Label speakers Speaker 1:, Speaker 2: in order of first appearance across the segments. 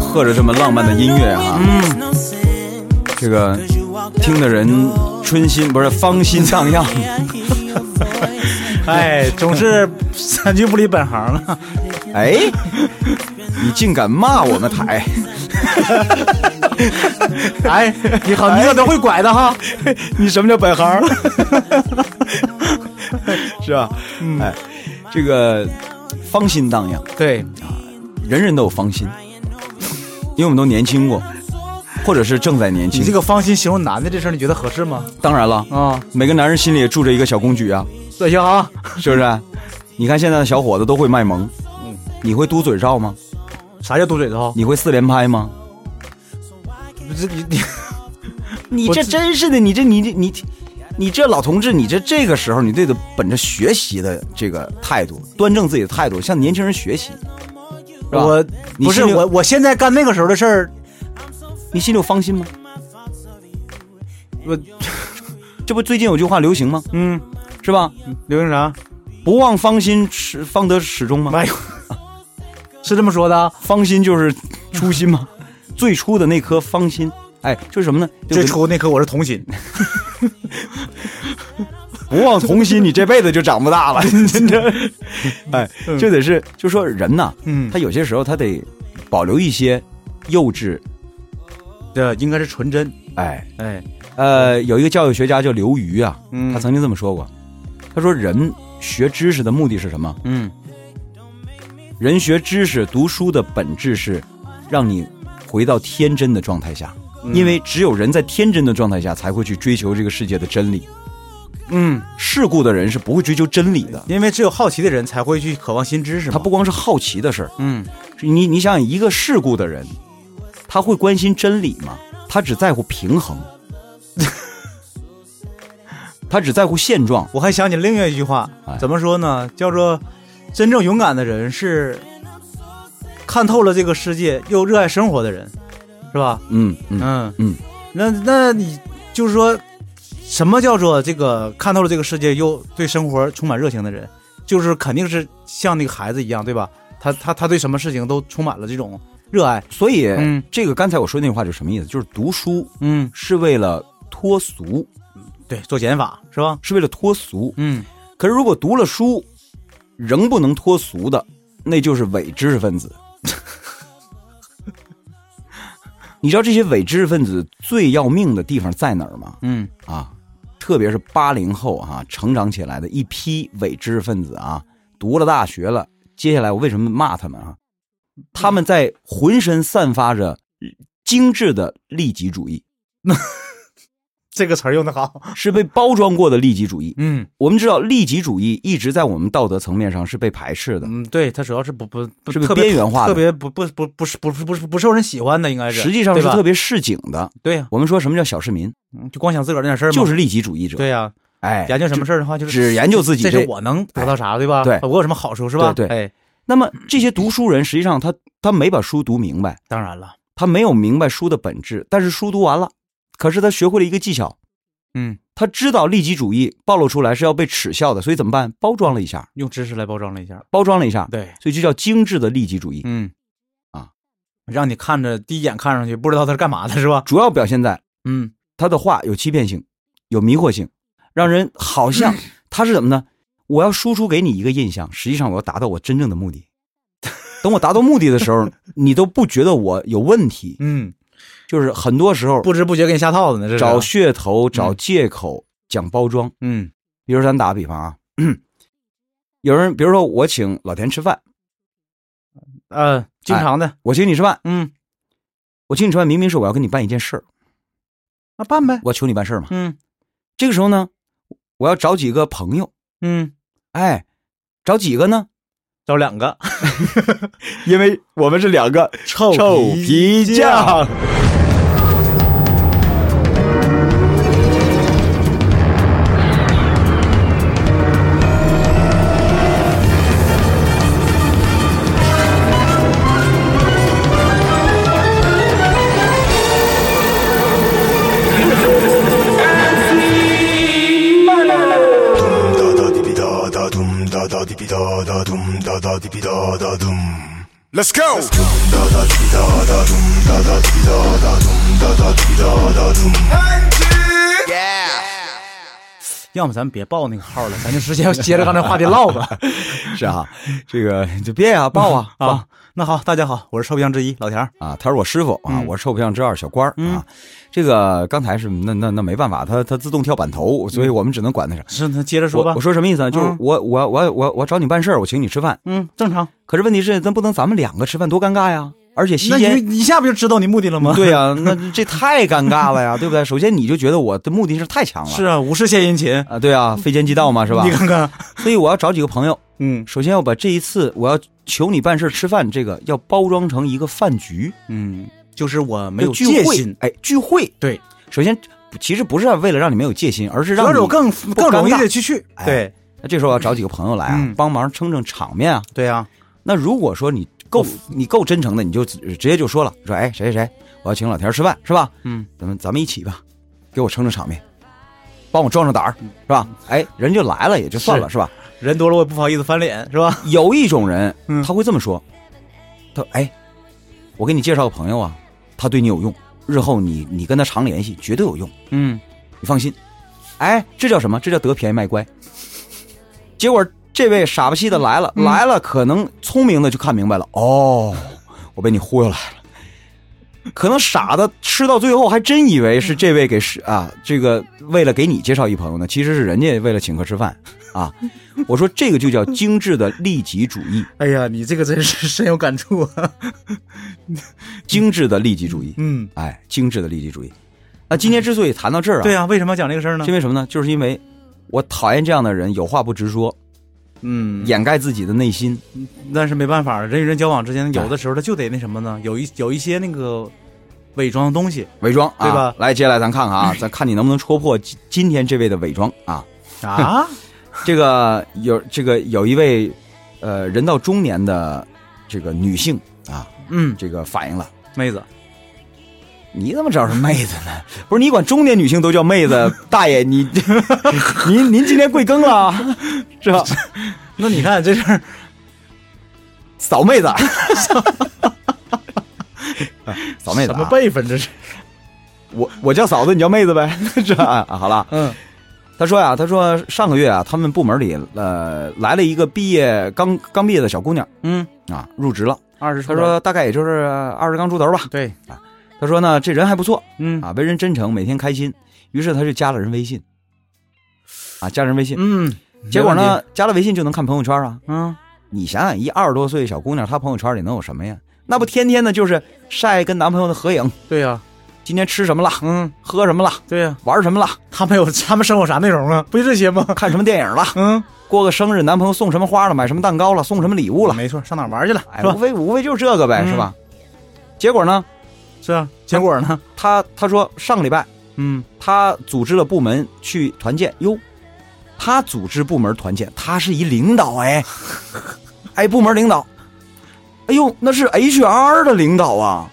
Speaker 1: 和着这么浪漫的音乐哈、
Speaker 2: 嗯，
Speaker 1: 这个听的人春心不是芳心荡漾。
Speaker 2: 哎，总是三句不离本行了。
Speaker 1: 哎，你竟敢骂我们台！
Speaker 2: 哎，你好，你可都会拐的哈。
Speaker 1: 哎你什么叫本行？是吧？
Speaker 2: 嗯
Speaker 1: 哎，这个芳心荡漾，
Speaker 2: 对，
Speaker 1: 人人都有芳心，因为我们都年轻过，或者是正在年轻
Speaker 2: 你。这个芳心形容男的这事儿，你觉得合适吗？
Speaker 1: 当然了，
Speaker 2: 啊，
Speaker 1: 每个男人心里也住着一个小公举啊，
Speaker 2: 这行啊，
Speaker 1: 是不是？你看现在的小伙子都会卖萌，你会嘟嘴罩吗？
Speaker 2: 啥叫嘟嘴头？
Speaker 1: 你会四连拍吗？
Speaker 2: 你这你你
Speaker 1: 你
Speaker 2: 我
Speaker 1: 这
Speaker 2: 自
Speaker 1: 真是的，你这你这你，你这老同志，你这这个时候你得得本着学习的这个态度，端正自己的态度，向年轻人学习。是吧
Speaker 2: 我
Speaker 1: 你
Speaker 2: 不是
Speaker 1: 心里有
Speaker 2: 我，我现在干那个时候的事儿，
Speaker 1: 你心里有芳心吗？
Speaker 2: 我
Speaker 1: 这不最近有句话流行吗？
Speaker 2: 嗯，
Speaker 1: 是吧？
Speaker 2: 刘行啥？
Speaker 1: 不忘芳心，始方得始终吗？
Speaker 2: 哎呦，是这么说的啊？
Speaker 1: 芳心就是初心吗？最初的那颗芳心，哎，就是什么呢？
Speaker 2: 最
Speaker 1: 就是
Speaker 2: 初那刻我是童心，
Speaker 1: 不忘童心，你这辈子就长不 大了。真的， 哎，这得是，就说人呐，
Speaker 2: 嗯，
Speaker 1: 他有些时候他得保留一些幼稚。
Speaker 2: 这应该是纯真，
Speaker 1: 哎，
Speaker 2: 哎，
Speaker 1: 呃，有一个教育学家叫刘瑜啊，
Speaker 2: 嗯
Speaker 1: 他曾经这么说过，他说人学知识的目的是什么？
Speaker 2: 嗯，
Speaker 1: 人学知识、读书的本质是让你回到天真的状态下，
Speaker 2: 嗯
Speaker 1: 因为只有人在天真的状态下才会去追求这个世界的真理。
Speaker 2: 嗯，
Speaker 1: 世故的人是不会追求真理的，
Speaker 2: 因为只有好奇的人才会去渴望新知识嘛。
Speaker 1: 他不，光是好奇的事儿，
Speaker 2: 嗯，
Speaker 1: 是你你想想，一个世故的人，他会关心真理吗？他只在乎平衡，他只在乎现状。
Speaker 2: 我还想起另外一句话
Speaker 1: 哎，
Speaker 2: 怎么说呢？叫做真正勇敢的人是看透了这个世界又热爱生活的人，是吧？
Speaker 1: 嗯嗯
Speaker 2: 嗯
Speaker 1: 嗯，
Speaker 2: 那那你就是说，什么叫做这个看透了这个世界又对生活充满热情的人，就是肯定是像那个孩子一样，对吧？他他他对什么事情都充满了这种热爱。
Speaker 1: 所以、
Speaker 2: 嗯
Speaker 1: 这个刚才我说那句话就是什么意思？就是读书
Speaker 2: 嗯，
Speaker 1: 是为了脱俗，
Speaker 2: 对，做减法是吧？
Speaker 1: 是为了脱俗。
Speaker 2: 嗯，
Speaker 1: 可是如果读了书，仍不能脱俗的，那就是伪知识分子。 你知道这些伪知识分子最要命的地方在哪儿吗？
Speaker 2: 嗯，
Speaker 1: 啊，特别是八零后啊，成长起来的一批伪知识分子啊，读了大学了，接下来我为什么骂他们啊？他们在浑身散发着精致的利己主义，
Speaker 2: 这个词儿用的好。
Speaker 1: 是被包装过的利己主义。
Speaker 2: 嗯
Speaker 1: 我们知道，利己主义一直在我们道德层面上是被排斥的，
Speaker 2: 嗯，对，他主要是不不不
Speaker 1: 是被
Speaker 2: 特别
Speaker 1: 边缘化的
Speaker 2: 特别不不不不是不是不是不受人喜欢的，应该是
Speaker 1: 实际上是
Speaker 2: 对吧
Speaker 1: 特别市井的。
Speaker 2: 对呀、
Speaker 1: 我们说什么叫小市民，
Speaker 2: 嗯就光想自个儿那点事儿嘛。
Speaker 1: 就是利己主义者。
Speaker 2: 对呀、
Speaker 1: 哎，
Speaker 2: 研究什么事儿的话，就是
Speaker 1: 只研究自己
Speaker 2: 这
Speaker 1: 这哎
Speaker 2: 是我能得到啥，对吧？
Speaker 1: 对
Speaker 2: 我有什么好处是吧？
Speaker 1: 对
Speaker 2: 对，哎，
Speaker 1: 那么这些读书人，实际上他他没把书读明白，
Speaker 2: 当然了，
Speaker 1: 他没有明白书的本质，但是书读完了，可是他学会了一个技巧，
Speaker 2: 嗯，
Speaker 1: 他知道利己主义暴露出来是要被耻笑的，所以怎么办？包装了一下，
Speaker 2: 用知识来包装了一下，
Speaker 1: 包装了一下，
Speaker 2: 对，
Speaker 1: 所以就叫精致的利己主义，
Speaker 2: 嗯，
Speaker 1: 啊，
Speaker 2: 让你看着第一眼看上去不知道他是干嘛的，是吧？
Speaker 1: 主要表现在
Speaker 2: 嗯，
Speaker 1: 他的话有欺骗性，有迷惑性，让人好
Speaker 2: 嗯
Speaker 1: 像他是怎么呢？我要输出给你一个印象，实际上我要达到我真正的目的。等我达到目的的时候， 你都不觉得我有问题，
Speaker 2: 嗯，
Speaker 1: 就是很多时候
Speaker 2: 不知不觉给你嗯下套子呢，这是
Speaker 1: 找噱头、找借口、讲包装。
Speaker 2: 嗯
Speaker 1: 比如说咱打个比方啊， 有人比如说我请老田吃饭，
Speaker 2: 呃，
Speaker 1: 哎
Speaker 2: 经常的，
Speaker 1: 我请你吃饭，
Speaker 2: 嗯，
Speaker 1: 我请你吃饭，明明是我要跟你办一件事儿，
Speaker 2: 那办呗，
Speaker 1: 我要求你办事儿嘛。
Speaker 2: 嗯
Speaker 1: 这个时候呢，我要找几个朋友，
Speaker 2: 嗯，
Speaker 1: 哎，找几个呢？
Speaker 2: 找 两个
Speaker 1: 因为我们是两个
Speaker 2: 臭
Speaker 1: 臭皮匠。
Speaker 3: Dum da da di bi da da dum da da di bi da da dum da da di bi da da dum. Let's go. Dum da da di bi da da dum
Speaker 2: 要么咱别报那个号了，咱就直接 接着刚才话题唠 吧。
Speaker 1: 是啊，这个你就别呀、报 啊报
Speaker 2: 啊，那好，大家好，我是臭皮匠之一老田儿。
Speaker 1: 啊！他是我师傅啊，
Speaker 2: 嗯
Speaker 1: 我是臭皮匠之二小官儿、啊。这个刚才是那那那没办法，他他自动跳板头，所以我们只能管他啥。
Speaker 2: 是，那接着说吧
Speaker 1: 我我。嗯说什么意思呢？就是
Speaker 2: 嗯
Speaker 1: 我我我我我找你办事儿，我请你吃饭。
Speaker 2: 嗯，正常。
Speaker 1: 可是问题是，咱不能咱们两个吃饭，多尴尬呀！而且席
Speaker 2: 那
Speaker 1: 间
Speaker 2: 你你一下不就知道你目的了吗？
Speaker 1: 对呀、 那这太尴尬了呀， 对不对？首先你就觉得我的目的是太强了，
Speaker 2: 是啊，无事献殷 勤，
Speaker 1: 啊，对啊，非奸即盗嘛，是吧
Speaker 2: 你？看看，
Speaker 1: 所以我要找几个朋友，
Speaker 2: 嗯
Speaker 1: 首先要把这一次我要求你办事儿吃饭这个要包装成一个饭局，
Speaker 2: 嗯，就是我没有
Speaker 1: 就
Speaker 2: 戒
Speaker 1: 聚会
Speaker 2: 心，，
Speaker 1: 哎，聚会。
Speaker 2: 对，
Speaker 1: 首先其实不是为了让你没有戒心，而是
Speaker 2: 主
Speaker 1: 让
Speaker 2: 要
Speaker 1: 你
Speaker 2: 是我更更容易
Speaker 1: 尴尬
Speaker 2: 的去去。
Speaker 1: 哎
Speaker 2: 对
Speaker 1: 那这时候我要找几个朋友来啊，
Speaker 2: 嗯
Speaker 1: 帮忙撑撑场面啊。
Speaker 2: 对呀，
Speaker 1: 那如果说你够你够真诚的，你就直直接就说了，说哎谁谁谁，我要请老田吃饭是吧？
Speaker 2: 嗯，
Speaker 1: 咱们咱们一起吧，给我撑撑场面，帮我壮壮胆儿是吧？哎，人就来了也就算了是吧？
Speaker 2: 人多了我也不好意思翻脸，是吧？
Speaker 1: 有一种人
Speaker 2: 嗯
Speaker 1: 他会这么说，他说哎，我给你介绍个朋友啊，他对你有用，日后你你跟他常联系绝对有用，
Speaker 2: 嗯，
Speaker 1: 你放心。哎，这叫什么？这叫得便宜卖乖。结果这位傻不气的来了，来了，可能聪明的就看明白了，哦，我被你忽悠来了。可能傻的吃到最后还真以为是这位给是啊，这个为了给你介绍一朋友呢，其实是人家为了请客吃饭啊。我说这个就叫精致的利己主义，
Speaker 2: 哎呀，你这个真是深有感触啊。
Speaker 1: 精致的利己主义，
Speaker 2: 嗯，
Speaker 1: 哎，精致的利己主义。那今天之所以谈到这儿啊，
Speaker 2: 对呀，为什么要讲这个事儿呢
Speaker 1: 是因？为什么呢？就是因为我讨厌这样的人，有话不直说，
Speaker 2: 嗯，
Speaker 1: 掩盖自己的内心。
Speaker 2: 但是没办法，人与人交往之间，
Speaker 1: 哎
Speaker 2: 有的时候他就得那什么呢？有一有一些那个伪装的东西
Speaker 1: 伪装啊，
Speaker 2: 对吧
Speaker 1: 来，接下来咱看看 啊，咱看你能不能戳破今今天这位的伪装啊。
Speaker 2: 啊。
Speaker 1: 这个有这个有一位，呃，人到中年的这个女性啊，
Speaker 2: 嗯，
Speaker 1: 这个反映了，
Speaker 2: 妹子，
Speaker 1: 你怎么知道是妹子呢？不是你管中年女性都叫妹 子，大爷你 您您今天贵庚了啊？是吧？
Speaker 2: 那你看这事儿，
Speaker 1: 扫妹子， 扫妹子、
Speaker 2: 什
Speaker 1: 啊，
Speaker 2: 么辈分这是？
Speaker 1: 我我叫嫂子，你叫妹子呗， 是吧？啊，好了。
Speaker 2: 嗯
Speaker 1: 他说呀、他说上个月啊，他们部门里呃来了一个毕业刚刚毕业的小姑娘
Speaker 2: 嗯，
Speaker 1: 啊，入职了。
Speaker 2: 二十，
Speaker 1: 他说大概也就是二十刚出头吧。
Speaker 2: 对，
Speaker 1: 他说呢，这人还不错
Speaker 2: 嗯
Speaker 1: 啊，为人真诚，每天开心。于是他就加了人微信，啊，加人微信。
Speaker 2: 嗯，
Speaker 1: 结果
Speaker 2: 没问
Speaker 1: 呢，加了微信就能看朋友圈啊。
Speaker 2: 题，嗯，
Speaker 1: 你想想，一二十多岁的小姑娘，她朋友圈里能有什么呀？那不天天的就是晒跟男朋友的合影，
Speaker 2: 对呀，
Speaker 1: 今天吃什么了，
Speaker 2: 嗯，
Speaker 1: 喝什么了，
Speaker 2: 对呀，
Speaker 1: 玩什么了，
Speaker 2: 他们有 他们生活啥内容啊？不就这些吗？
Speaker 1: 看什么电影了，
Speaker 2: 嗯，
Speaker 1: 过个生日，男朋友送什么花了，买什么蛋糕了，送什么礼物了。
Speaker 2: 没错，上哪儿玩去了
Speaker 1: 哎，
Speaker 2: 是吧
Speaker 1: 无？非无非就是这个呗，
Speaker 2: 嗯
Speaker 1: 是吧？结果呢，
Speaker 2: 是啊，结果呢？
Speaker 1: 他他说上个礼拜
Speaker 2: 嗯，
Speaker 1: 他组织了部门去团建，哟，他组织部门团建，他是一领导哎，哎，部门领导，哎呦，那是 HR 的领导啊，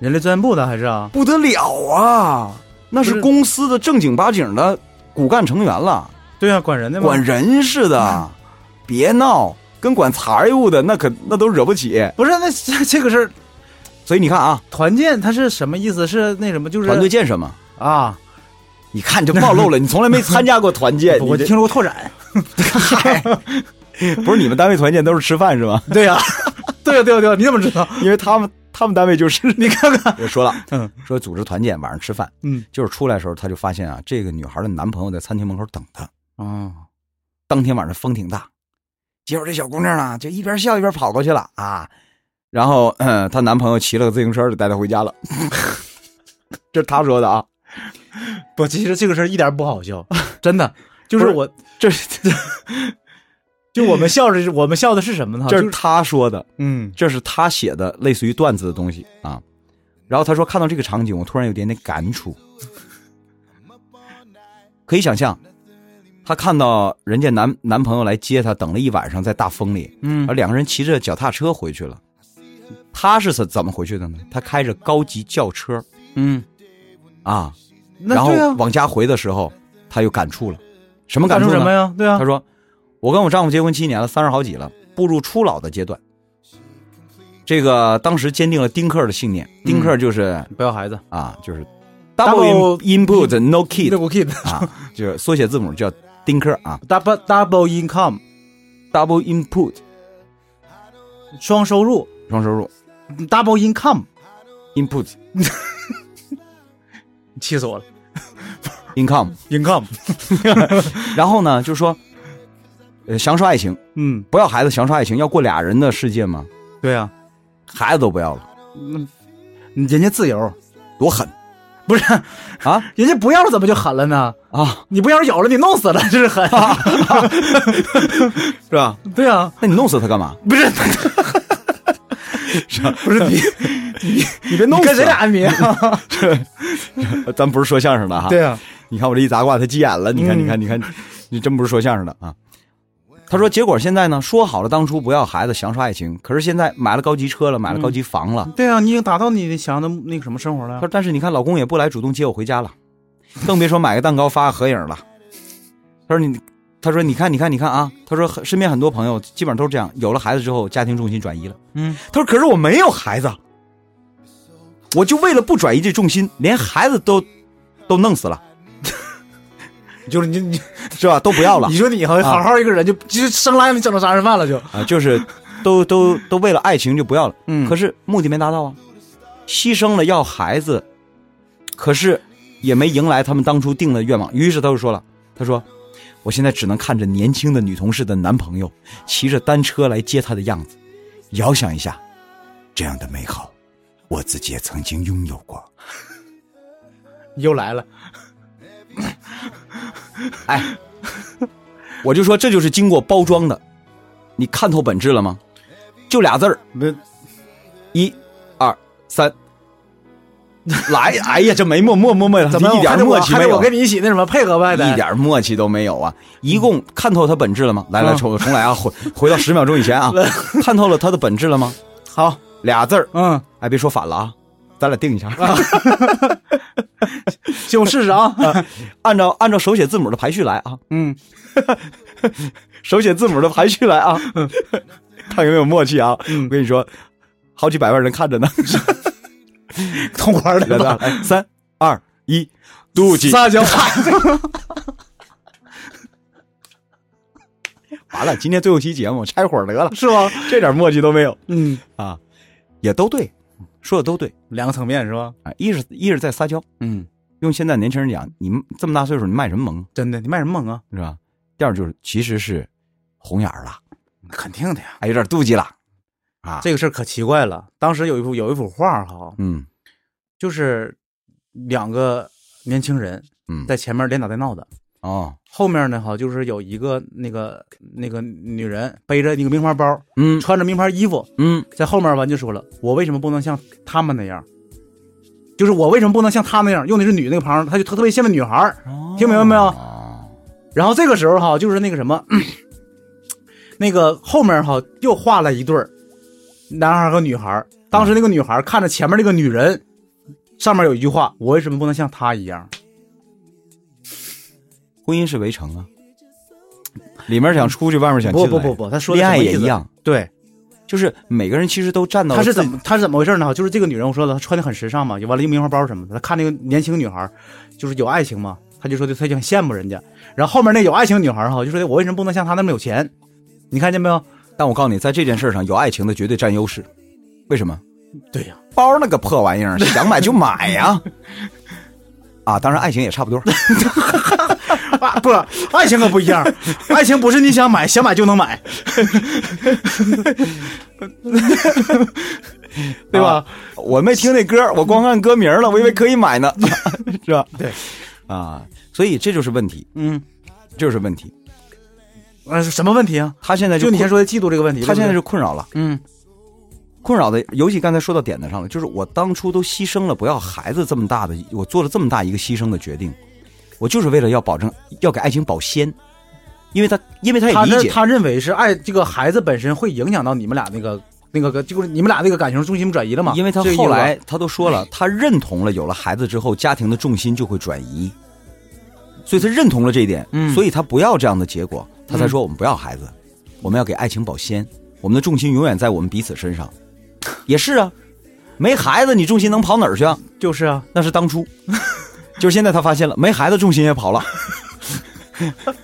Speaker 2: 人类资源部的还是啊？
Speaker 1: 不得了啊，那
Speaker 2: 不
Speaker 1: 是
Speaker 2: 是
Speaker 1: 公司的正经八经的骨干成员了，
Speaker 2: 对嗯啊，管人的嘛。
Speaker 1: 管人似的，别闹，跟管财务的那可那都惹不起，
Speaker 2: 不是那 这这个事儿，
Speaker 1: 所以你看啊，
Speaker 2: 团建它是什么意思？是那什么？就是
Speaker 1: 团队建设嘛。
Speaker 2: 啊，
Speaker 1: 你看你就暴露了，你从来没参加过团 建，
Speaker 2: 我
Speaker 1: 你这
Speaker 2: 听说过拓展。
Speaker 1: 嗨，不是你们单位团建都是吃饭是 吗？
Speaker 2: 对呀， 对呀，对呀，对呀，你怎么知道？
Speaker 1: 因为他们他们单位就是
Speaker 2: 你看看，
Speaker 1: 我说了，
Speaker 2: 嗯
Speaker 1: 说组织团建晚上吃饭，
Speaker 2: 嗯
Speaker 1: 就是出来的时候他就发现啊，这个女孩的男朋友在餐厅门口等她。哦
Speaker 2: 啊，
Speaker 1: 当天晚上风挺大，结果这小姑娘呢就一边笑一边跑过去了啊，然后嗯她男朋友骑了个自行车就带她回家了， 这是她说的啊，
Speaker 2: 不，其实这个事儿一点儿不好笑， 真的，就是
Speaker 1: 不是
Speaker 2: 我
Speaker 1: 这
Speaker 2: 就我们笑是，我们笑的是什么呢？
Speaker 1: 这
Speaker 2: 就是
Speaker 1: 她说的，
Speaker 2: 嗯，
Speaker 1: 这是他写的类似于段子的东西啊。然后他说看到这个场景，我突然有点点感触。可以想象，她看到人家男男朋友来接她，等了一晚上在大风里，
Speaker 2: 嗯
Speaker 1: 而两个人骑着脚踏车回去了。她是怎怎么回去的呢？她开着高级轿车
Speaker 2: 嗯，
Speaker 1: 啊，然
Speaker 2: 那
Speaker 1: 后
Speaker 2: 对啊，
Speaker 1: 往家回的时候，她有感触了。什么
Speaker 2: 感
Speaker 1: 感
Speaker 2: 触
Speaker 1: 呢？
Speaker 2: 什么呀？对啊
Speaker 1: 他，说：“我跟我丈夫结婚七年了，三十好几了，步入初老的阶段。这个当时坚定了丁克的信念，丁克就是、
Speaker 2: 不要孩子，
Speaker 1: 啊，就是嗯 double
Speaker 2: Double
Speaker 1: in- input no kid
Speaker 2: double kid
Speaker 1: 啊，就是缩写字母叫丁克啊
Speaker 2: double double income
Speaker 1: ，double input
Speaker 2: 双收入
Speaker 1: 双收入
Speaker 2: double income，
Speaker 1: input
Speaker 2: 气死我了
Speaker 1: income，
Speaker 2: income，
Speaker 1: 然后呢，就是说，呃，享受爱情，
Speaker 2: 嗯，
Speaker 1: 不要孩子享受爱情，要过俩人的世界吗？
Speaker 2: 对啊，
Speaker 1: 孩子都不要了，
Speaker 2: 人家自由，
Speaker 1: 多狠
Speaker 2: 不是
Speaker 1: 啊
Speaker 2: 人家不要了怎么就狠了呢？
Speaker 1: 啊！
Speaker 2: 你不要是有了你弄死了 这是狠，
Speaker 1: 是吧？
Speaker 2: 对啊，
Speaker 1: 那你弄死他干嘛？
Speaker 2: 不是。 不是你，
Speaker 1: 你别
Speaker 2: 你
Speaker 1: 死
Speaker 2: 跟谁俩安眠啊？
Speaker 1: 咱不是说相声的哈。
Speaker 2: 对啊，
Speaker 1: 你看我这一砸挂，他急眼了。你看，你看，你看，你真不是说相声的啊。他说：“结果现在呢，说好了当初不要孩子，享受爱情，可是现在买了高级车了，买了高级房了。
Speaker 2: 对啊，你已经达到你想要的那个什么生活了
Speaker 1: 他
Speaker 2: 呀
Speaker 1: 说：“但是你看，老公也不来主动接我回家了，更别说买个蛋糕发个合影了。”他说：“你，他说你看，你看，你看啊！”他说很：“身边很多朋友基本上都是这样，有了孩子之后，家庭重心转移了。”
Speaker 2: 嗯，
Speaker 1: 他说：“可是我没有孩子，我就为了不转移这重心，连孩子都都弄死了，
Speaker 2: 就是你 你
Speaker 1: 是吧？都不要了
Speaker 2: 你说你好好好一个人就就生拉你整成杀人犯了就，
Speaker 1: 啊，就是都都都为了爱情就不要了。
Speaker 2: 嗯
Speaker 1: 可
Speaker 2: 是
Speaker 1: 是目的没达到啊，牺牲了要孩子，可是也没迎来他们当初定的愿望。于是他就说了，他说。”我现在只能看着年轻的女同事的男朋友骑着单车来接她的样子，遥想一下，这样的美好，我自己也曾经拥有过。
Speaker 2: 你又来了，
Speaker 1: 我就说这就是经过包装的，你看透本质了吗？就俩字儿，
Speaker 2: 没
Speaker 1: 一、二、三。来，哎呀，这没默默默默，
Speaker 2: 怎么
Speaker 1: 一点默契
Speaker 2: 还
Speaker 1: 没
Speaker 2: 得
Speaker 1: 有啊
Speaker 2: 我，跟你一起那什么配合呗得
Speaker 1: 一点默契都没有啊！一共看透它本质了吗？
Speaker 2: 嗯
Speaker 1: 来来，重重来啊，回回到十秒钟以 前啊，看透了它的本质了吗？
Speaker 2: 好，
Speaker 1: 俩字儿，
Speaker 2: 嗯，
Speaker 1: 哎，别说反了啊，咱俩定一下，
Speaker 2: 啊 就试试啊，
Speaker 1: 按照按照手写字母的排序来啊，
Speaker 2: 嗯，
Speaker 1: 手写字母的排序来啊，
Speaker 2: 嗯
Speaker 1: 看有没有默契啊！我跟你说，好几百万人看 着呢。
Speaker 2: 痛快儿
Speaker 1: 来
Speaker 2: 的吧，
Speaker 1: 来，三二一，妒忌，
Speaker 2: 撒娇，
Speaker 1: 完了，今天最后一期节目拆伙得了，
Speaker 2: 是吗？
Speaker 1: 这点默契都没有
Speaker 2: 嗯，
Speaker 1: 啊，也都对，说的都对
Speaker 2: 两个层面是吧？
Speaker 1: 啊，一是一是在撒娇，
Speaker 2: 嗯，
Speaker 1: 用现在年轻人讲，你们这么大岁数，你卖什么萌
Speaker 2: 真的，你卖什么萌啊？
Speaker 1: 是吧？第二就是其实是红眼儿了，
Speaker 2: 肯定的呀，
Speaker 1: 哎，有点妒忌了啊，
Speaker 2: 这个事儿可奇怪了。当时有一幅有一幅画哈，
Speaker 1: 嗯
Speaker 2: 就是两个年轻人
Speaker 1: 嗯
Speaker 2: 在前面连打带闹的，
Speaker 1: 哦
Speaker 2: 后面呢哈就是有一个那个那个女人背着那个名牌包，
Speaker 1: 嗯
Speaker 2: 穿着名牌衣服，
Speaker 1: 嗯
Speaker 2: 在后面完就说了，我为什么不能像他们那样？就是我为什么不能像他那样？用的是女那个旁，他就特特别羡慕女孩儿，听明白没有？
Speaker 1: 哦
Speaker 2: 然后这个时候哈，就是那个什么， 那个后面哈又画了一对儿男孩和女孩儿。当时那个女孩看着前面那个女人，上面有一句话：“我为什么不能像她一样
Speaker 1: 婚姻是围城啊，里面想出去，外面？”想进
Speaker 2: 不
Speaker 1: 来，
Speaker 2: 不不不，他说的
Speaker 1: 恋
Speaker 2: 什
Speaker 1: 爱
Speaker 2: 么
Speaker 1: 也
Speaker 2: 意思
Speaker 1: 一。样，
Speaker 2: 对，
Speaker 1: 就是每个人其实都站到
Speaker 2: 他是
Speaker 1: 自己
Speaker 2: 怎么他是怎么回事呢？就是这个女人，我说了，她穿的很时尚嘛，完了一个名牌包什么的。她看那个年轻女孩，就是有爱情嘛，她就说的，她就很羡慕人家。然后后面那有爱情女孩哈，就说的我为什么不能像她那么有钱？你看见没有？
Speaker 1: 但我告诉你，在这件事上，有爱情的绝对占优势。为什么？
Speaker 2: 对呀、
Speaker 1: 包那个破玩意儿，想买就买呀！啊，当然爱情也差 不多。
Speaker 2: 啊， 不，爱情可不一样，爱情不是你想买想买就能 买，对吧？
Speaker 1: 我没听那歌，我光看歌名了，我以为可以买呢，是吧？
Speaker 2: 对，
Speaker 1: 啊，所以这就是问题，
Speaker 2: 嗯，
Speaker 1: 这就是问题。
Speaker 2: 呃，什么问题啊？
Speaker 1: 他现在
Speaker 2: 就你先
Speaker 1: 说，
Speaker 2: 说的嫉妒这个问题，
Speaker 1: 他现在
Speaker 2: 是
Speaker 1: 就困扰了，
Speaker 2: 嗯
Speaker 1: 困扰的，尤其刚才说到点子上了，就是我当初都牺牲了不要孩子这么大的，我做了这么大一个牺牲的决定，我就是为了要保证要给爱情保鲜，因为他因为他也
Speaker 2: 他
Speaker 1: 理
Speaker 2: 认
Speaker 1: 解，
Speaker 2: 他认为是爱这个孩子本身会影响到你们俩那个那个就是你们俩那个感情重心转移了嘛？
Speaker 1: 因为他
Speaker 2: 这个意思
Speaker 1: 后
Speaker 2: 吧
Speaker 1: 来哎他都说了，他认同了有了孩子之后，家庭的重心就会转移，所以他认同了这一点，
Speaker 2: 嗯
Speaker 1: 所以他不要这样的结果，他才说我们不要孩子，我们要给爱情保鲜，我们的重心永远在我们彼此身上。 也是啊，没孩子你重心能跑哪儿去啊？
Speaker 2: 就是啊，
Speaker 1: 那是当初， 就是现在他发现了，没孩子重心也跑了，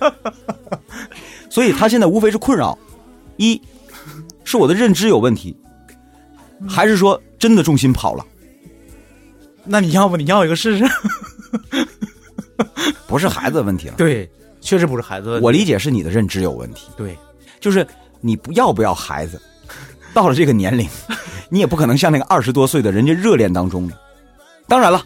Speaker 1: 所以他现在无非是困扰：一是我的认知有问题，还是说真的重心跑了？
Speaker 2: 那你要不你要一个试试？
Speaker 1: 不是孩子的问题了，
Speaker 2: 对，确实不是孩子的问题。
Speaker 1: 我理解是你的认知有问题，
Speaker 2: 对
Speaker 1: 就是你不要不要孩子，到了这个年龄，你也不可能像那个二十多岁的人家热恋当中了。当然了，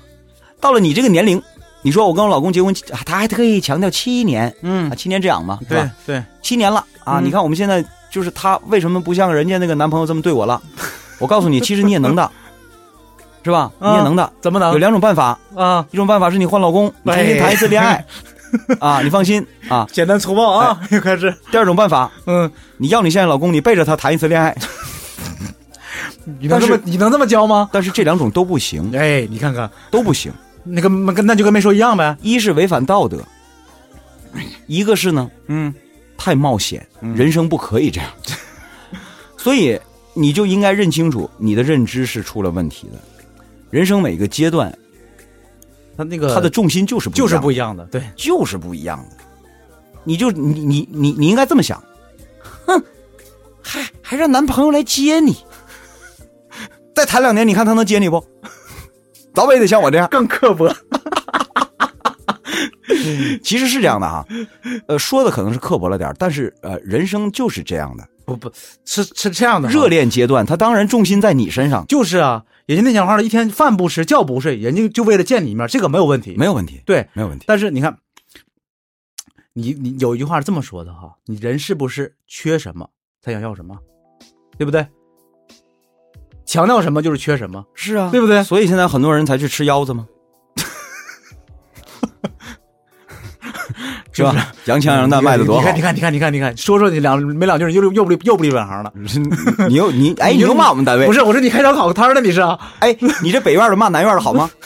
Speaker 1: 到了你这个年龄，你说我跟我老公结婚，啊他还特意强调七年，
Speaker 2: 嗯
Speaker 1: 啊，七年之痒嘛，是吧
Speaker 2: 对？对，
Speaker 1: 七年了啊！
Speaker 2: 嗯
Speaker 1: 你看我们现在就是他为什么不像人家那个男朋友这么对我 了？我告诉你，其实你也能的，是吧？你
Speaker 2: 啊
Speaker 1: 也能的。
Speaker 2: 怎么能
Speaker 1: 有两种办法，
Speaker 2: 啊？
Speaker 1: 一种办法是你换老公，你重新谈一次恋 爱，啊，你放心啊。
Speaker 2: 简单粗暴啊，又开始，
Speaker 1: 第二种办法，
Speaker 2: 嗯，
Speaker 1: 你要你现在老公，你背着他谈一次恋爱，
Speaker 2: 你能这么
Speaker 1: 但
Speaker 2: 你能这么教吗？
Speaker 1: 但是这两种都不行，
Speaker 2: 哎，你看看，
Speaker 1: 都不行。
Speaker 2: 那跟跟那就跟没说一样呗。
Speaker 1: 一是违反道德，一个是呢
Speaker 2: 嗯，
Speaker 1: 太冒险，
Speaker 2: 嗯
Speaker 1: 人生不可以这 样。所以你就应该认清楚，你的认知是出了问题的。人生每个阶段，
Speaker 2: 他那个
Speaker 1: 它的重心就是不一
Speaker 2: 就
Speaker 1: 样
Speaker 2: 是不一样的，对，
Speaker 1: 就是不一样的。你就你你你你应该这么想，哼，还还让男朋友来接你，再谈两年，你看他能接你不？早晚也得像我这样。
Speaker 2: 更刻薄。
Speaker 1: 其实是这样的哈，呃，说的可能是刻薄了点儿，但是呃，人生就是这样的。
Speaker 2: 不不，是是这样的啊，
Speaker 1: 热恋阶段，他当然重心在你身上，
Speaker 2: 就是啊，人家那讲话了，一天饭不吃，觉不睡，人家就为了见你一面，这个没有问题。
Speaker 1: 没有问题，
Speaker 2: 对，
Speaker 1: 没有问题。
Speaker 2: 但是你看，你你有一句话是这么说的哈，你人是不是缺什么才想要什么，对不对？强调什么就是缺什么，
Speaker 1: 是啊
Speaker 2: 对不对？
Speaker 1: 所以现在很多人才去吃腰子吗？是吧？ 洋枪洋蛋卖的多
Speaker 2: 你
Speaker 1: 好
Speaker 2: 看，你。看，你看，你看，你看，说说你两没两句，你又又不又不离本行了。
Speaker 1: 你又你哎，你又骂我们单位
Speaker 2: 不？是，我说你开烧烤摊儿呢，你是 啊？
Speaker 1: 哎，你这北院的骂南院的好吗？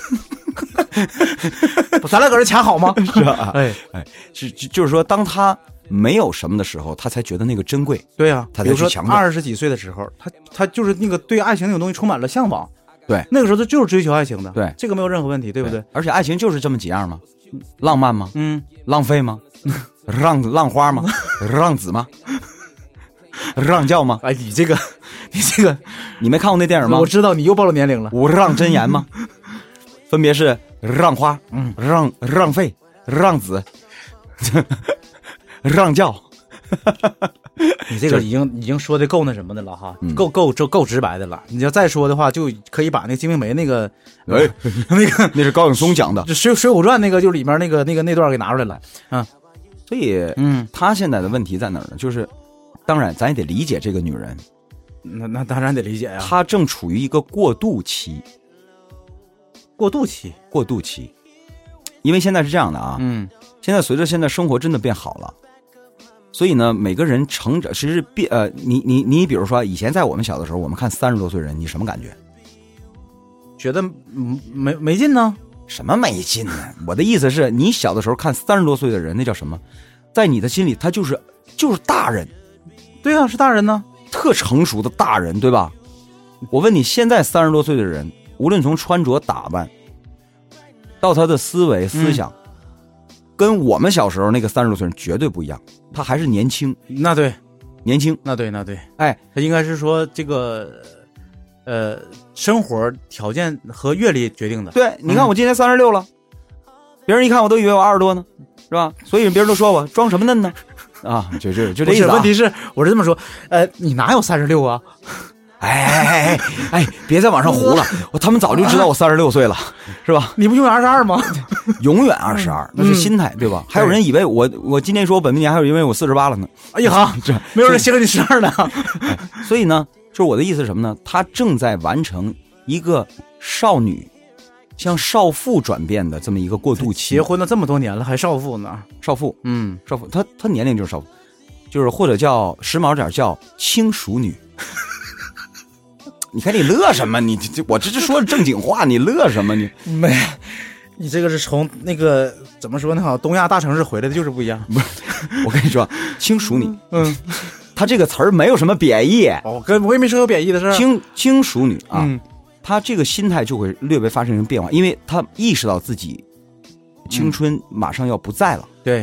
Speaker 2: 咱俩搁这掐好吗？
Speaker 1: 是 吧？
Speaker 2: 哎，
Speaker 1: 是就就是说，当他没有什么的时候，他才觉得那个珍贵。
Speaker 2: 对呀、
Speaker 1: 他
Speaker 2: 比
Speaker 1: 才
Speaker 2: 如
Speaker 1: 去
Speaker 2: 说
Speaker 1: 强调
Speaker 2: 二十几岁的时候，他他就是那个对爱情那种东西充满了向往。
Speaker 1: 对
Speaker 2: 那个时候他就是追求爱情的。
Speaker 1: 对
Speaker 2: 这个没有任何问题，对不对？？
Speaker 1: 而且爱情就是这么几样吗？浪漫吗？
Speaker 2: 嗯，
Speaker 1: 浪费 吗？让浪花吗？让子吗？让教吗？
Speaker 2: 哎，你这个， 你这个，
Speaker 1: 你没看过那电影吗
Speaker 2: 我？知道你又暴露年龄了。
Speaker 1: 五让真言吗？分别是让花、嗯、让让费、让子、 让教。
Speaker 2: 你这个已经已经说的够那什么的了哈，
Speaker 1: 嗯
Speaker 2: 够够够够直白的了。你要再说的话，就可以把那个《金瓶梅》那个
Speaker 1: 哎，
Speaker 2: 那个
Speaker 1: 那是高晓松讲的
Speaker 2: 就。《水水浒传》那个，就是里面那个那个那段给拿出来了。
Speaker 1: 所以
Speaker 2: 嗯，
Speaker 1: 他现在的问题在哪儿呢？就是，当然咱也得理解这个女人，
Speaker 2: 那那当然得理解呀、
Speaker 1: 她正处于一个过渡期，
Speaker 2: 过渡期。
Speaker 1: 过渡期。因为现在是这样的啊，
Speaker 2: 嗯
Speaker 1: 现在随着现在生活真的变好了，所以呢，每个人成长其实变呃，你你你，比如说以前在我们小的时候，我们看三十多岁人，你什么感觉？
Speaker 2: 觉得嗯没没劲呢。
Speaker 1: 什么没劲呢？ 我的意思是你小的时候看三十多岁的人，那叫什么？在你的心里，他就是就是大人，
Speaker 2: 对啊，是大人呢。
Speaker 1: 特成熟的大人，对吧？我问你，现在三十多岁的人，无论从穿着打扮，到他的思维思想，跟我们小时候那个三十多岁人绝对不一样。他还是年轻，
Speaker 2: 那对，
Speaker 1: 年轻。
Speaker 2: 那对，那对，
Speaker 1: 哎，
Speaker 2: 他应该是说这个，呃，生活条件和阅历决定的。
Speaker 1: 对，你看我今年三十六了，别人一看我都以为我二十多呢，是吧？所以别人都说我装什么嫩呢？ 啊，就就就
Speaker 2: 不
Speaker 1: 这意
Speaker 2: 是，
Speaker 1: 思、啊
Speaker 2: 问。题是，我是这么说，呃，你哪有三十六啊？
Speaker 1: 哎哎哎哎哎，别再往上胡了，我他们早就知道我三十六岁了，是吧？
Speaker 2: 你不永远二十二吗？
Speaker 1: 永远二十二，那是心态，对吧？还有人以为我我今天说我本命年，还有因为我四十八了呢。
Speaker 2: 哎呀哈，
Speaker 1: 这
Speaker 2: 没有人歇了你十二 呢。
Speaker 1: 所以呢，就是我的意思是什么呢？他正在完成一个少女向少妇转变的这么一个过渡期
Speaker 2: 结。婚了这么多年了，还少妇呢？
Speaker 1: 少妇，
Speaker 2: 嗯，
Speaker 1: 少妇，她她年龄就是少妇，就是或者叫时髦点儿叫轻熟女。你看你乐什么？你这这我这这说正经话，你乐什么？你
Speaker 2: 没，你这个是从那个怎么说呢？好像东亚大城市回来的就是不一样。
Speaker 1: 我跟你说，轻熟女，
Speaker 2: 嗯，
Speaker 1: 她这个词儿没有什么贬义。
Speaker 2: 我哦跟我也没说有贬义的事儿。
Speaker 1: 轻轻熟女啊，
Speaker 2: 嗯
Speaker 1: 他这个心态就会略微发生一个变化，因为他意识到自己青春
Speaker 2: 嗯
Speaker 1: 马上要不在了
Speaker 2: 对，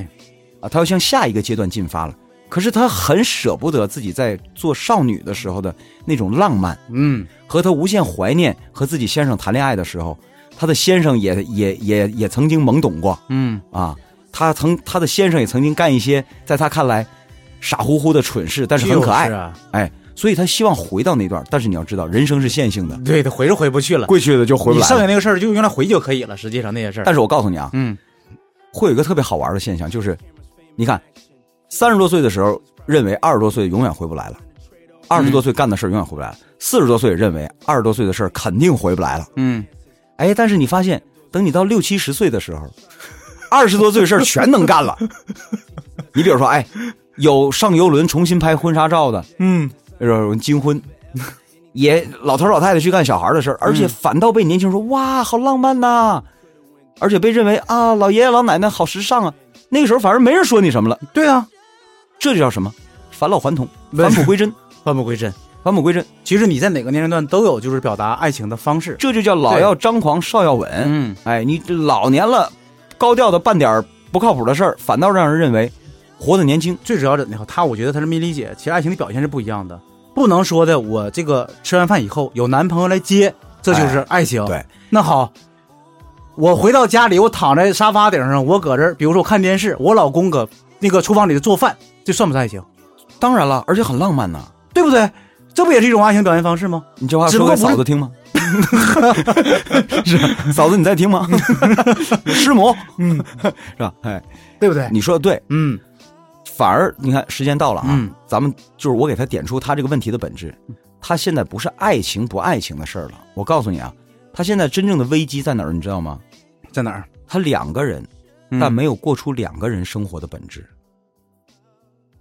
Speaker 1: 啊，他要向下一个阶段进发了。可是他很舍不得自己在做少女的时候的那种浪漫，
Speaker 2: 嗯，
Speaker 1: 和他无限怀念和自己先生谈恋爱的时候，他的先生也也也也曾经懵懂过
Speaker 2: 嗯，
Speaker 1: 啊，他曾他的先生也曾经干一些在他看来傻乎乎的蠢事，但是很可爱
Speaker 2: 就，啊。
Speaker 1: 哎，所以他希望回到那段，但是你要知道，人生是线性的，
Speaker 2: 对他回是回不去了，
Speaker 1: 嗯过去的就回
Speaker 2: 你剩下那个事儿就用来回就可以了。实际上那些事儿，
Speaker 1: 但是我告诉你啊，
Speaker 2: 嗯
Speaker 1: 会有一个特别好玩的现象，就是你看，三十多岁的时候认为二十多岁永远回不来了，二十多岁干的事儿永远回不来了，四十多岁认为二十多岁的事儿肯定回不来了。
Speaker 2: 嗯，
Speaker 1: 哎，但是你发现，等你到六七十岁的时候，二十多岁的事儿全能干了。你比如说，哎，有上游轮重新拍婚纱照的，
Speaker 2: 嗯，
Speaker 1: 有金婚，也老头老太太去干小孩的事儿，而且反倒被年轻人说哇，好浪漫呐、而且被认为啊，老爷爷老奶奶好时尚啊。那个时候反而没人说你什么了，
Speaker 2: 对啊，
Speaker 1: 这就叫什么返老还童，
Speaker 2: 不是
Speaker 1: 返璞归真，
Speaker 2: 返璞归真。
Speaker 1: 返璞归真，
Speaker 2: 其实你在哪个年龄段都有就是表达爱情的方式。
Speaker 1: 这就叫老要张狂，少要稳。
Speaker 2: 嗯，
Speaker 1: 哎，你这老年了，高调的办点儿不靠谱的事儿，反倒让人认为活得年轻。
Speaker 2: 最主要的，你看他，我觉得他是没理解，其实爱情的表现是不一样的，不能说的我这个吃完饭以后有男朋友来接，这就是爱情。
Speaker 1: 对，
Speaker 2: 那好，我回到家里，我躺在沙发顶上，我搁这儿，比如说我看电视，我老公搁那个厨房里做饭，这算不算爱情？
Speaker 1: 当然了，而且很浪漫呐。
Speaker 2: 对不对？这不也是一种爱情表现方式吗？
Speaker 1: 你这话
Speaker 2: 只不
Speaker 1: 说给
Speaker 2: 过
Speaker 1: 嫂
Speaker 2: 不是
Speaker 1: 子听吗？ 是啊嫂子，你在听吗？师母，嗯，是吧？哎，
Speaker 2: 对不对？
Speaker 1: 你说的对，
Speaker 2: 嗯
Speaker 1: 反而你看时间到了啊，
Speaker 2: 嗯
Speaker 1: 咱们就是我给他点出他这个问题的本质，他现在不是爱情不爱情的事儿了。我告诉你啊，他现在真正的危机在哪儿？你知道吗？
Speaker 2: 在哪儿？嗯
Speaker 1: 他两个人，但
Speaker 2: 但没，
Speaker 1: 没有过出两个人生活的本质，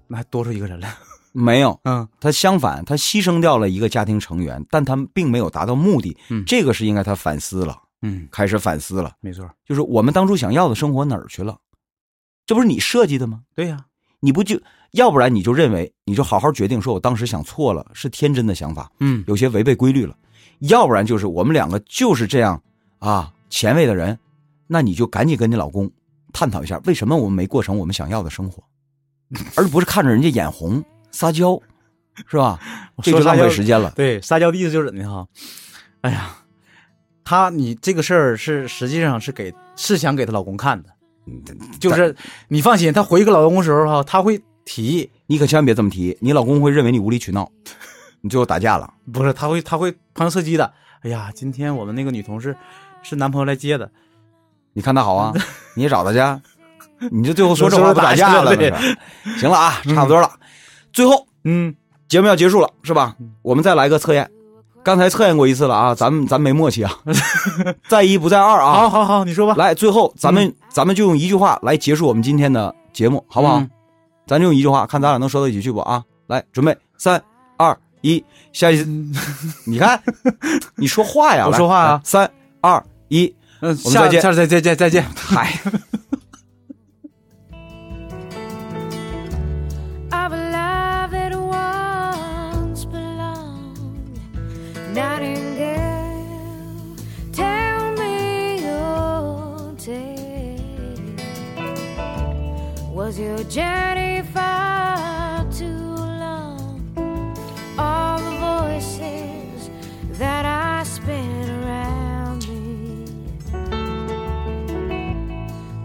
Speaker 2: 那还多出一个人来。
Speaker 1: 没有。
Speaker 2: 嗯，
Speaker 1: 他相反，他牺牲掉了一个家庭成员，但他并没有达到目的。
Speaker 2: 嗯
Speaker 1: 这个是应该他反思了，
Speaker 2: 嗯，
Speaker 1: 开始反思了，
Speaker 2: 没错，
Speaker 1: 就是我们当初想要的生活哪儿去了？这不是你设计的吗？
Speaker 2: 对呀、
Speaker 1: 你不就要不然你就认为你就好好决定说，我当时想错了，是天真的想法，
Speaker 2: 嗯，
Speaker 1: 有些违背规律了；要不然就是我们两个就是这样啊，前卫的人，那你就赶紧跟你老公探讨一下，为什么我们没过成我们想要的生活， 而不是看着人家眼红撒娇，是吧？这就浪费时间了。
Speaker 2: 对，撒娇的意思就是你哈，哎呀，她你这个事儿是实际上是给是想给她老公看的，
Speaker 1: 嗯
Speaker 2: 就是你放心，她回给老公的时候哈，她会提议，
Speaker 1: 你可千万别这么提，你老公会认为你无理取闹，你最后打架了。
Speaker 2: 不是她会她会旁敲侧击的。哎呀，今天我们那个女同事是男朋友来接的，
Speaker 1: 你看他好 啊，你也找他去，你这最后说这话
Speaker 2: 说
Speaker 1: 不
Speaker 2: 着
Speaker 1: 打
Speaker 2: 打
Speaker 1: 架
Speaker 2: 架
Speaker 1: 了，
Speaker 2: 了
Speaker 1: 那是行了啊，差不多了。最后
Speaker 2: 嗯，
Speaker 1: 节目要结束了，是吧？我们再来个测验，刚才测验过一次了啊，咱们咱没默 契啊，在一不在二啊。
Speaker 2: 好好好，你说吧，
Speaker 1: 来，最后咱们、咱们就用一句话来结束我们今天的节目，好不好？
Speaker 2: 嗯
Speaker 1: 咱就用一句话，看咱俩能说到一起去不啊？来，准备，三二一，下一， 你看，你说话呀，
Speaker 2: 嗯我
Speaker 1: 来
Speaker 2: 说话啊，
Speaker 1: 来三二一，
Speaker 2: 嗯，
Speaker 1: 我们再
Speaker 2: 下
Speaker 1: 见
Speaker 2: 下次再见再见再见。
Speaker 1: 嗨。
Speaker 4: of a love that once belonged. Nightingale, tell me your tale. Was your journey far too long? All the voices that I spin around me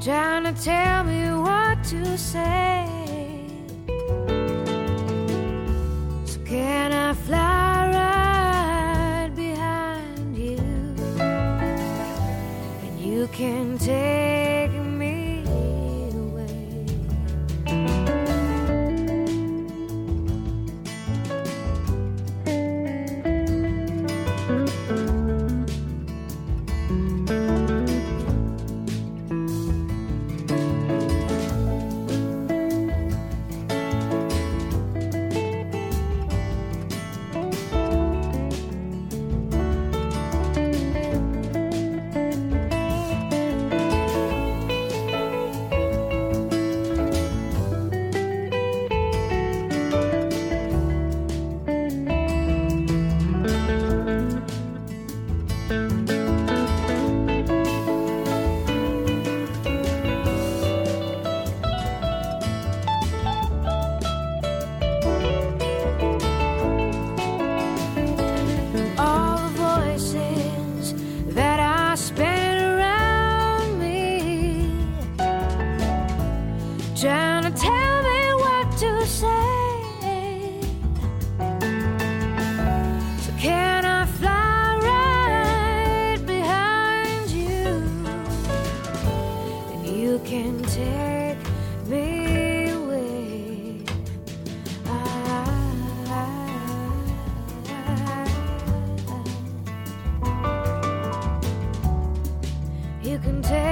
Speaker 4: trying to tell me what to say. So can I fly right behind you? And you can take me away. trying to tell me what to say. So can I fly right behind you? And you can take me away. I- You can take